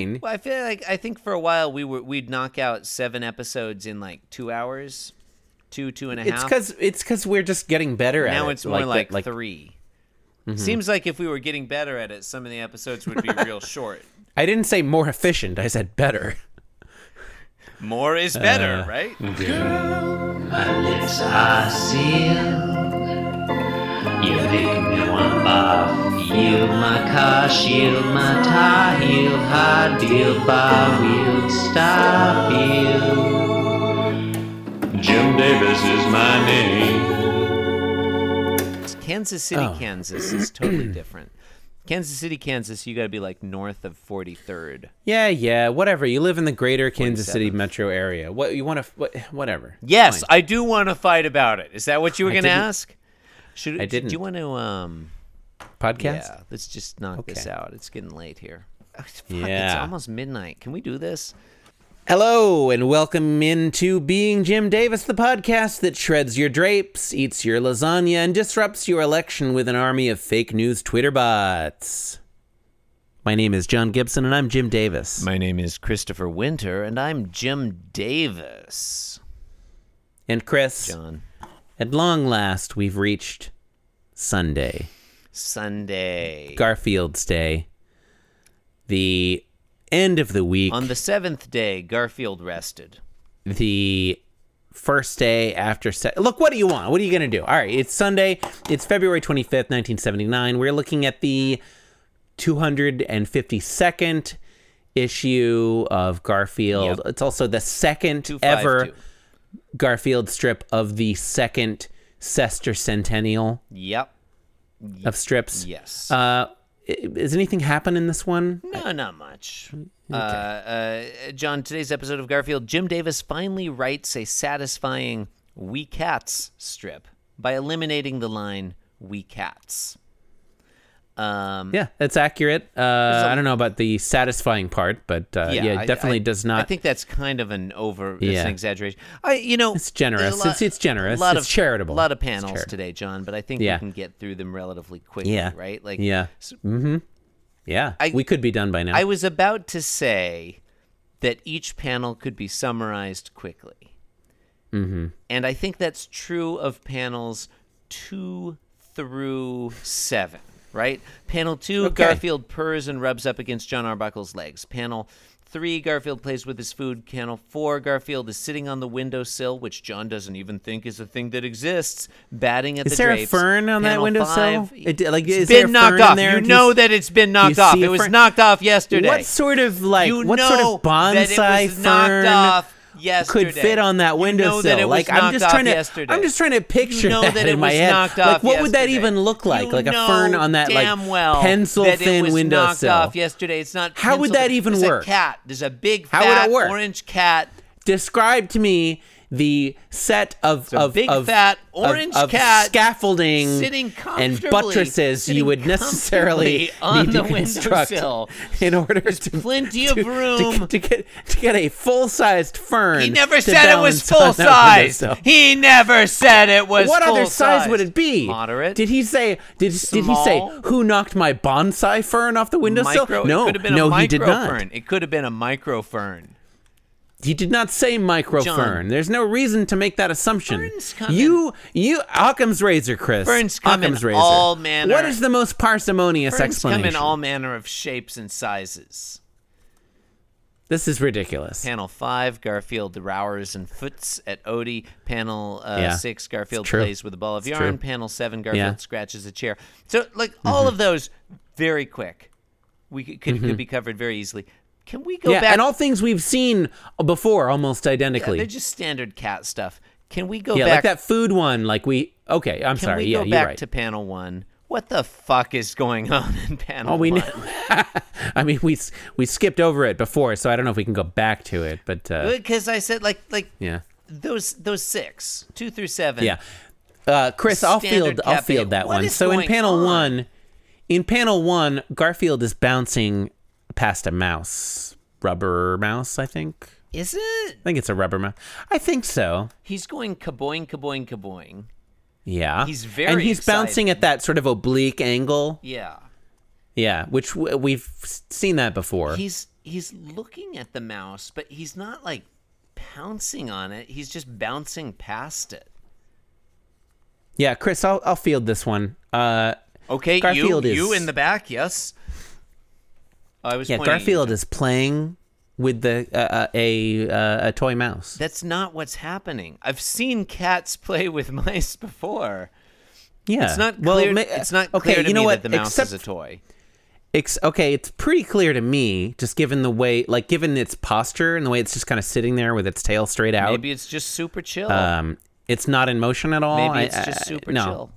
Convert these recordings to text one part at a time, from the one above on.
Well, I feel like I think for a while we were we'd knock out seven episodes in like two hours, two two and a half. It's because it's because we're just getting better at it. now it's more that- like, 3 Mm-hmm. Seems like if we were getting better at it, some of the episodes would be real short. I didn't say more efficient. I said better. More is Uh, better, right? lips are sealed. You make me wanna barf. Yield my car, shield my tie, heel, hard deal, bar wheel, stop you. Jim Davis is my name. Kansas City, Oh. Kansas is totally different. Kansas City, Kansas, you got to be like north of 43rd. Yeah, yeah, whatever. You live in the greater Kansas City metro area. What you want to? What, whatever. Yes, I do want to fight about it. Is that what you were I going to didn't- ask? Should I Do didn't. you want to um Podcast. Yeah, let's just knock this Okay. out. It's getting late here. Fuck, Oh, It's Yeah. almost midnight. Can we do this? Hello and welcome into Being Jim Davis, the podcast that shreds your drapes, eats your lasagna, and disrupts your election with an army of fake news Twitter bots. My name is John Gibson, and I'm Jim Davis. My name is Christopher Winter, and I'm Jim Davis. and Chris, John. at long last, we've reached Sunday. Sunday. Garfield's Day, the end of the week, On the seventh day, Garfield rested. the first day after. Se- Look, what do you want? What are you going to do? All right, it's Sunday. It's February 25th, 1979. We're looking at the 252nd issue of Garfield. It's also the second Two five ever two. Garfield strip of the second Sester Centennial Yep. of strips. Yes. Uh, i- is anything happen in this one? No, not much. Uh, uh, John, today's episode of Garfield, Jim Davis finally writes a satisfying We Cats strip by eliminating the line We Cats. Um, Yeah, that's accurate. Uh, I don't know about the satisfying part, but uh, yeah, it I- I- definitely does not. I think that's kind of an over, it's Yeah. an exaggeration. I, you know, It's generous. there's a It's- it's generous. lot It's of, charitable. A lot of It's panels charitable. today, John, but I think Yeah. we can get through them relatively quickly. Yeah. Right? Like, yeah, Mm-hmm. s- yeah, I- we could be done by now. I was about to say that each panel could be summarized quickly. Mm-hmm. And I think that's true of panels two through seven, right? Panel two, Okay. Garfield purrs and rubs up against John Arbuckle's legs. Panel three, Garfield plays with his food. Panel four, Garfield is sitting on the windowsill, which John doesn't even think is a thing that exists, batting at Is the there a drapes. fern on that Panel windowsill? five, It d- like, it's is there been a knocked fern off. there? You Do you know s- that it's been knocked you off. see It a was fern? knocked off yesterday what sort of like you what know sort of that bonsai it was fern knocked off yesterday. could fit on that You windowsill? know that it was like I'm just knocked trying off to yesterday. I'm just trying to picture you know that, that, it in my was head. knocked like off what would that yesterday. even look like? You like a know fern on that damn like well pencil that thin it was windowsill. Knocked off yesterday. It's not. How would pencil- that even There's work? A cat. There's a big How fat would it work? orange cat. describe to me the set of a of, big of- fat of- orange of cat scaffolding sitting and comfortably- buttresses you sitting would necessarily comfortably on need the to construct windowsill. in order to plenty to, of to- to, room. get to get a full sized fern. He never to said it was balance on full that size. windowsill. He never said it was. What full other size, would it be? Moderate. Did he say? Did did he say Small. who knocked my bonsai fern off the windowsill? micro? no, it could have been no, a micro he did not. fern. It could have been a micro fern. He did not say micro John. fern. There's no reason to make that assumption. Ferns come you, you, Occam's razor, Chris. Ferns come in Occam's razor. all manner- What is the most parsimonious Ferns come explanation? in all manner of shapes and sizes. this is ridiculous. Panel five, Garfield rowers and foots at Odie. Panel uh, Yeah. six, Garfield It's true. plays with a ball of It's yarn. true. Panel seven, Garfield Yeah. Mm-hmm. scratches a chair. So, like all of those, very quick. We could could, could be covered very easily. Can we go yeah, back? and all things we've seen before, almost identically. They're just standard cat stuff. Can we go yeah, back? like that food one. Like we. Okay, I'm can sorry. we yeah, go you're back right. to panel one? What the fuck is going on in panel Oh, we. one? kn- I mean, we s- we skipped over it before, so I don't know if we can go back to it. But uh, Because I said like like yeah, those those six, two through seven. yeah. Uh, Chris, I'll Standard field, I'll cafe. field that What one. is So in going panel on? one, in panel one, Garfield is bouncing past a mouse, rubber mouse, I think. Is it? I think it's a rubber mouse. I think so. He's going kaboing, kaboing, kaboing. Yeah, He's and very he's bouncing at that sort of oblique angle. Yeah. Yeah, which w- we've s- seen that before. He's he's looking at the mouse, but he's not like pouncing on it. He's just bouncing past it. Yeah, Chris, I'll, I'll field this one. Uh, Okay, Garfield you is- you in the back, yes. I was yeah, pointing at you. Garfield is playing with the uh, uh, a uh, a toy mouse. That's not what's happening. I've seen cats play with mice before. Yeah, It's not well, clear. ma- it's not okay. clear to you know me what? that the mouse Except is a toy. Ex- okay, it's pretty clear to me, just given the way, like, given its posture and the way it's just kind of sitting there with its tail straight out. Maybe it's just super chill. um, it's not in motion at all. Maybe I- it's just I- super no. chill.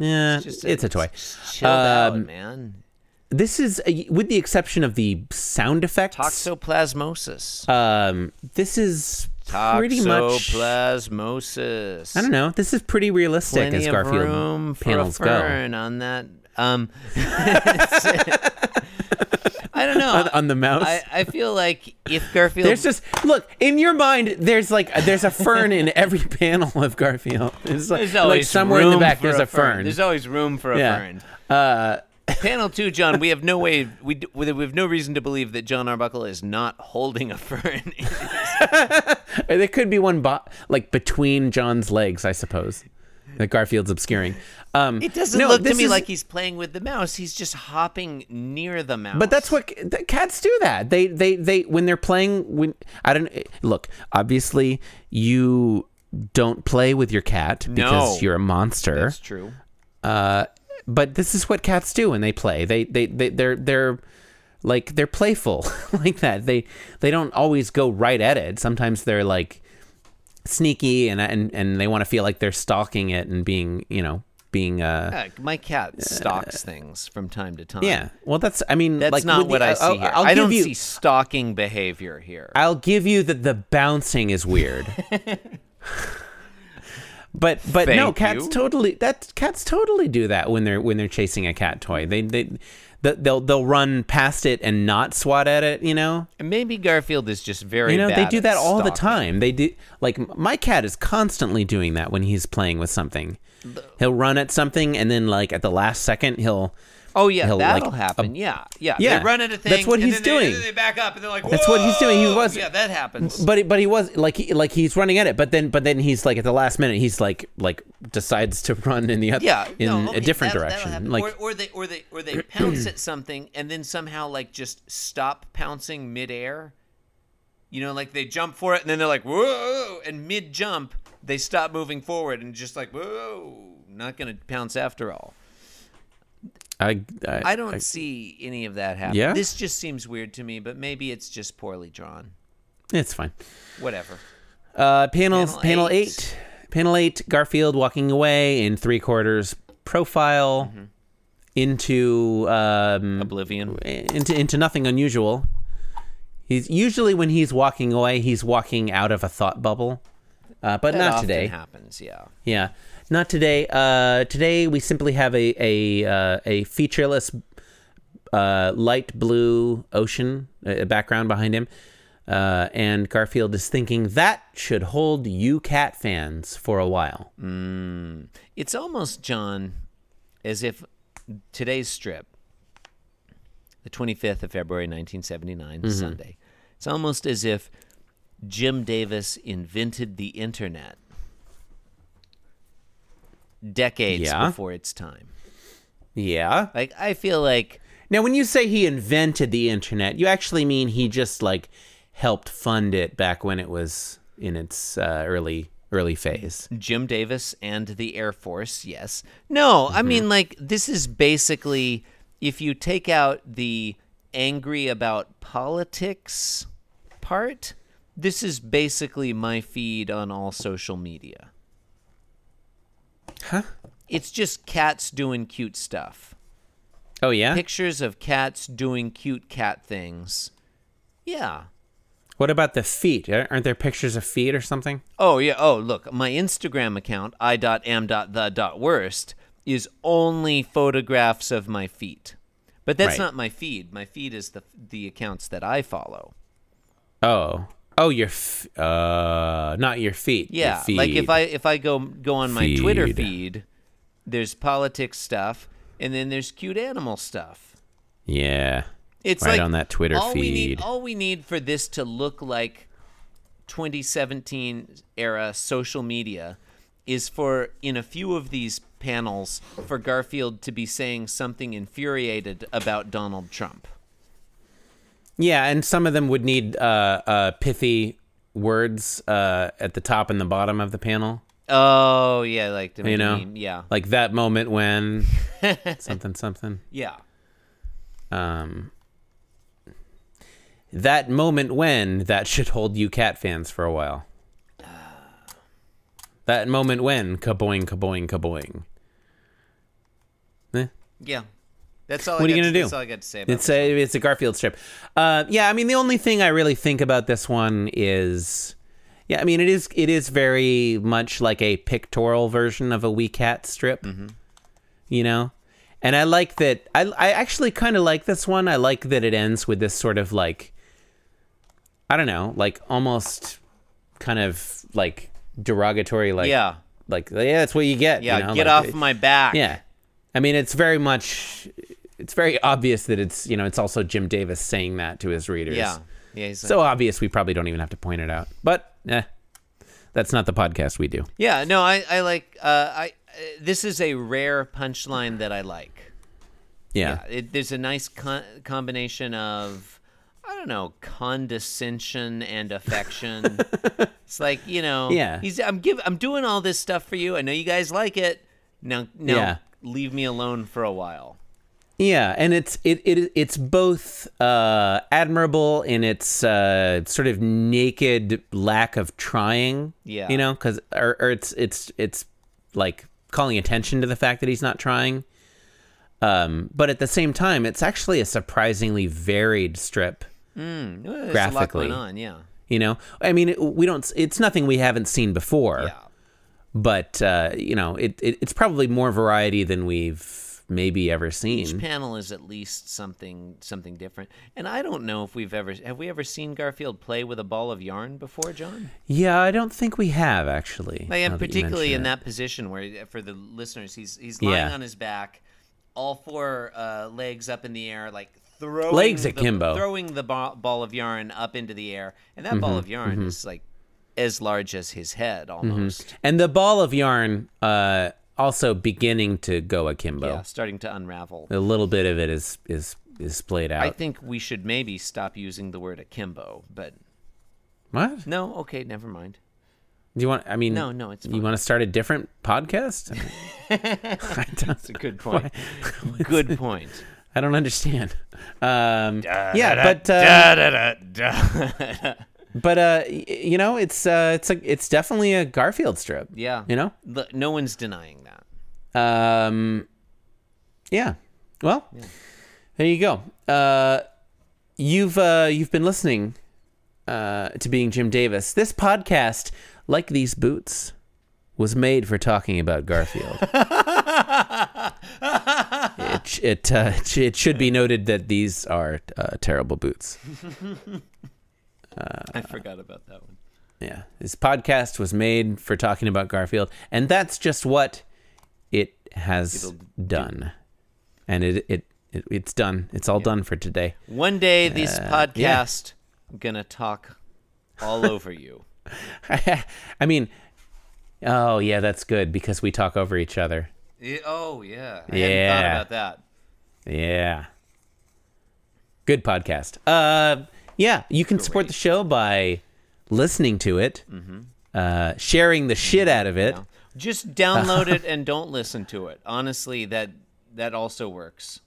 Yeah, it's, Just a toy. it's Chilled out, Um, man. This is, uh, with the exception of the sound effects, Toxoplasmosis. um, this is pretty much. Toxoplasmosis. I don't know. This is pretty realistic Plenty as of Garfield room for panels a go. fern on that. Um, I don't know. On, on the mouse, I, I feel like if Garfield there's just look in your mind. There's like there's a fern in every panel of Garfield. It's like, There's like always somewhere in the room back for there's a There's always room for a fern. Uh, Panel two, John. We have no way. We d- we we have no reason to believe that John Arbuckle is not holding a fern. or there could be one bo- like between John's legs, I suppose. That Garfield's obscuring. Um, it doesn't no, look to this me is- like he's playing with the mouse. He's just hopping near the mouse. But that's what c- the cats do. That they they they when they're playing. When I don't look. Obviously, you don't play with your cat because No. you're a monster. That's true. Uh, but this is what cats do when they play. They they they they're they're like they're playful like that. They they don't always go right at it. Sometimes they're like sneaky and and and they want to feel like they're stalking it and being you know being uh Yeah, my cat stalks things from time to time. yeah. Well, that's I mean That's like, not with what the- I see I'll- here. I'll I give don't you- see stalking behavior here. I'll give you that the bouncing is weird. but but no, Thank cats you. totally that cats totally do that when they're when they're chasing a cat toy. They they th- they'll they'll run past it and not swat at it. You know Maybe Garfield is just very. you know they bad do at that all the stalking. time. They do like m- my cat is constantly doing that when he's playing with something. He'll run at something and then like at the last second he'll. Oh yeah, He'll, like, that'll happen. yeah, yeah, Yeah, They run into that's things. what and he's then they- and doing. then they back up, and they're like, That's what he's doing. He "Whoa!" was- Yeah, that happens. But he, but he was like he, like he's running at it, but then but then he's like at the last minute he's like like decides to run in the other yeah, in no, okay, a different that'll- that'll direction. happen. like or, or they or they or they pounce at something and then somehow like just stop pouncing midair. You know, like they jump for it and then they're like, "Whoa!" and mid jump they stop moving forward and just like, "Whoa!" Not gonna pounce after all. I, I, I don't see any of that happen. Yeah? This just seems weird to me, but maybe it's just poorly drawn. it's fine. Whatever. Uh, panel Panel panel, eight. eight. panel eight. Garfield walking away in three quarters profile Mm-hmm. into um Oblivion. into into nothing unusual. He's usually when he's walking away, he's walking out of a thought bubble, uh, but That not often today. Happens, yeah. Yeah, not today. Uh, today we simply have a a uh, a featureless, uh, light blue ocean uh, background behind him, uh, and Garfield is thinking that should hold you cat fans for a while. It's almost, John, as if today's strip, the 25th of February, 1979, Sunday, it's almost as if Jim Davis invented the internet decades Yeah. before its time. Yeah. Like, I feel like, Now, when you say he invented the internet, you actually mean he just like helped fund it back when it was in its uh, early early phase. Jim Davis and the Air Force, yes. No, I mean, like, this is basically if you take out the angry about politics part, this is basically my feed on all social media. Huh? It's just cats doing cute stuff. Oh yeah. Pictures of cats doing cute cat things. Yeah. What about the feet? Aren't there pictures of feet or something? Oh yeah. Oh look, my Instagram account i.am.the.worst is only photographs of my feet. But that's Right. not my feed. My feed is the the accounts that I follow. Oh. Oh, your f- uh, not your feet. your Yeah. Like if feed. I if I go go on my Twitter Feed. feed, there's politics stuff and then there's cute animal stuff. Yeah. It's right like on that Twitter all We need, feed. all we need for this to look like 2017 era social media is for in a few of these panels for Garfield to be saying something infuriated about Donald Trump. yeah, and some of them would need uh, uh, pithy words uh, at the top and the bottom of the panel. Oh yeah, like to make You a know, meme. yeah, like that moment when something something. yeah, Um, that moment when that should hold you cat fans for a while. That moment when kaboing kaboing kaboing. Eh, yeah. That's all. I What are you got gonna to, do? That's all I got to say. About It's a it's a Garfield strip. Uh, yeah, I mean the only thing I really think about this one is, yeah, I mean it is it is very much like a pictorial version of a wee cat strip, Mm-hmm. you know, and I like that. I I actually kind of like this one. I like that it ends with this sort of like, I don't know, like almost kind of like derogatory, like yeah, like yeah, that's what you get. yeah. you know, Get like, off it- my back. yeah. I mean, it's very much, it's very obvious that it's, you know, it's also Jim Davis saying that to his readers. yeah, yeah. he's like- So obvious, we probably don't even have to point it out. But, eh, that's not the podcast we do. Yeah, no, I, I like uh, I. Uh, this is a rare punchline that I like. Yeah. Yeah, it, there's a nice con- combination of I don't know condescension and affection. it's like you know, Yeah. He's I'm give I'm doing all this stuff for you. I know you guys like it. Now, now Yeah. leave me alone for a while. Yeah, and it's it, it it's both uh, admirable in its uh, sort of naked lack of trying. Yeah. you know, because or, or it's it's it's like calling attention to the fact that he's not trying. Um, but at the same time, it's actually a surprisingly varied strip. There's a lot Graphically. going on. Yeah, You know, I mean, it, we don't. It's nothing we haven't seen before. yeah, But uh, you know, it, it it's probably more variety than we've maybe ever seen. each panel is at least something something different. And I don't know if we've ever have we ever seen Garfield play with a ball of yarn before, John. Yeah, I don't think we have actually. Like, now and that you particularly mention in it. that position where, for the listeners, he's he's lying Yeah. on his back, all four uh, legs up in the air, like throwing Legs the, akimbo. throwing the ba- ball of yarn up into the air, and that Mm-hmm. ball of yarn is like as large as his head almost. And the ball of yarn uh, also beginning to go akimbo. Yeah, starting to unravel. A little bit of it is is is splayed out. I think we should maybe stop using the word akimbo, but what? Do no, okay, never mind. you want? I mean, No, no, it's You fine. want to start a different podcast? I, It's don't, a good point. good point. I don't understand. Um, yeah, but uh, but uh, y- you know, it's uh, it's a it's definitely a Garfield strip. Yeah, you know. Look, no one's denying that. Um, yeah. Well, there you go. Uh, you've uh, you've been listening uh, to being Jim Davis. This podcast, like these boots, was made for talking about Garfield. it it, uh, it sh- it should be noted that these are uh, terrible boots. I forgot about that one. Yeah, this podcast was made for talking about Garfield, and that's just what it has done, and it, it it it's done. It's all done for today. One day, this Uh, yeah. podcast gonna talk all over you. I mean, oh yeah, that's good because we talk over each other. I- oh yeah, I hadn't Yeah. thought about that. Yeah, good podcast. Uh, yeah, you can support the show by listening to it, uh, sharing the shit out of it. Just download it and don't listen to it. Honestly, that that also works.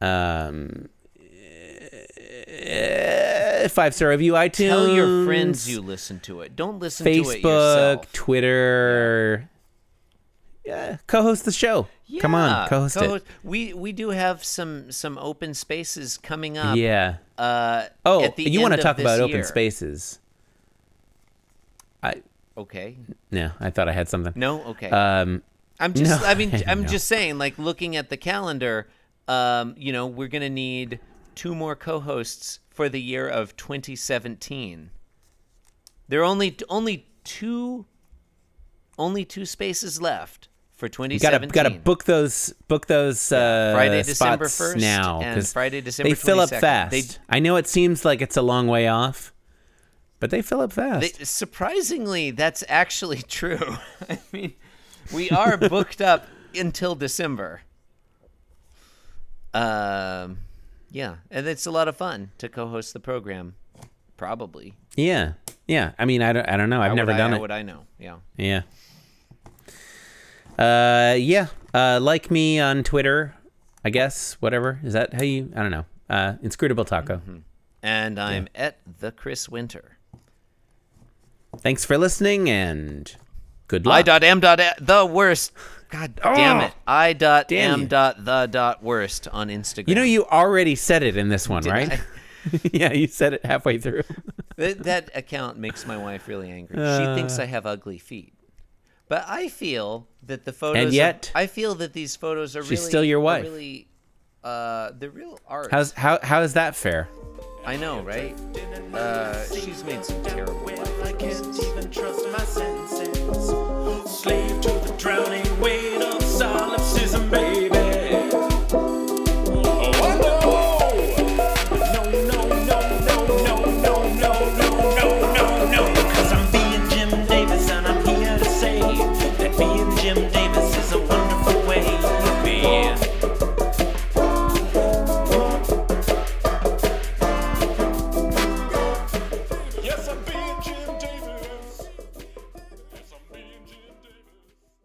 um eh, five star review iTunes Tell your friends you listen to it. Don't listen to it Facebook yourself. Twitter yeah co-host the show come Yeah, on co-host, co-host- We we do have some some open spaces coming up. it yeah um, Uh, oh at the you want end to of talk this about open year. spaces I Okay. no I thought I had something No. Okay. um I'm just No. I mean I'm No. just saying like looking at the calendar um you know we're going to need two more co-hosts for the year of 2017. There are only only two only two spaces left for Got to 2017. got to book those book those uh, Friday, spots December 1st now and 'cause Friday, December they fill up 22nd. fast. They- I know it seems like it's a long way off, but they fill up fast. They- surprisingly, that's actually true. I mean, we are booked up until December. Um, yeah, and it's a lot of fun to co-host the program. Probably, yeah, yeah. I mean, I don't I don't know. I've How never would I, done how it. Would I know? Yeah. Yeah. Uh, yeah. Uh, like me on Twitter, I guess. Whatever is that? How you? I don't know. Uh, inscrutable taco. Mm-hmm. And I'm at the Chris Winter. Thanks for listening and good luck. I dot m dot a- the worst. God damn it. I dot Oh! damn m you. dot the dot worst on Instagram. you know, you already said it in this one, right? I? yeah, you said it halfway through. That, that account makes my wife really angry. Uh. she thinks I have ugly feet. But I feel that the photos And are- yet- I feel that these photos are She's really still your are wife. Really uh the real art. How's how how is that fair? I know, right? Uh she's made some terrible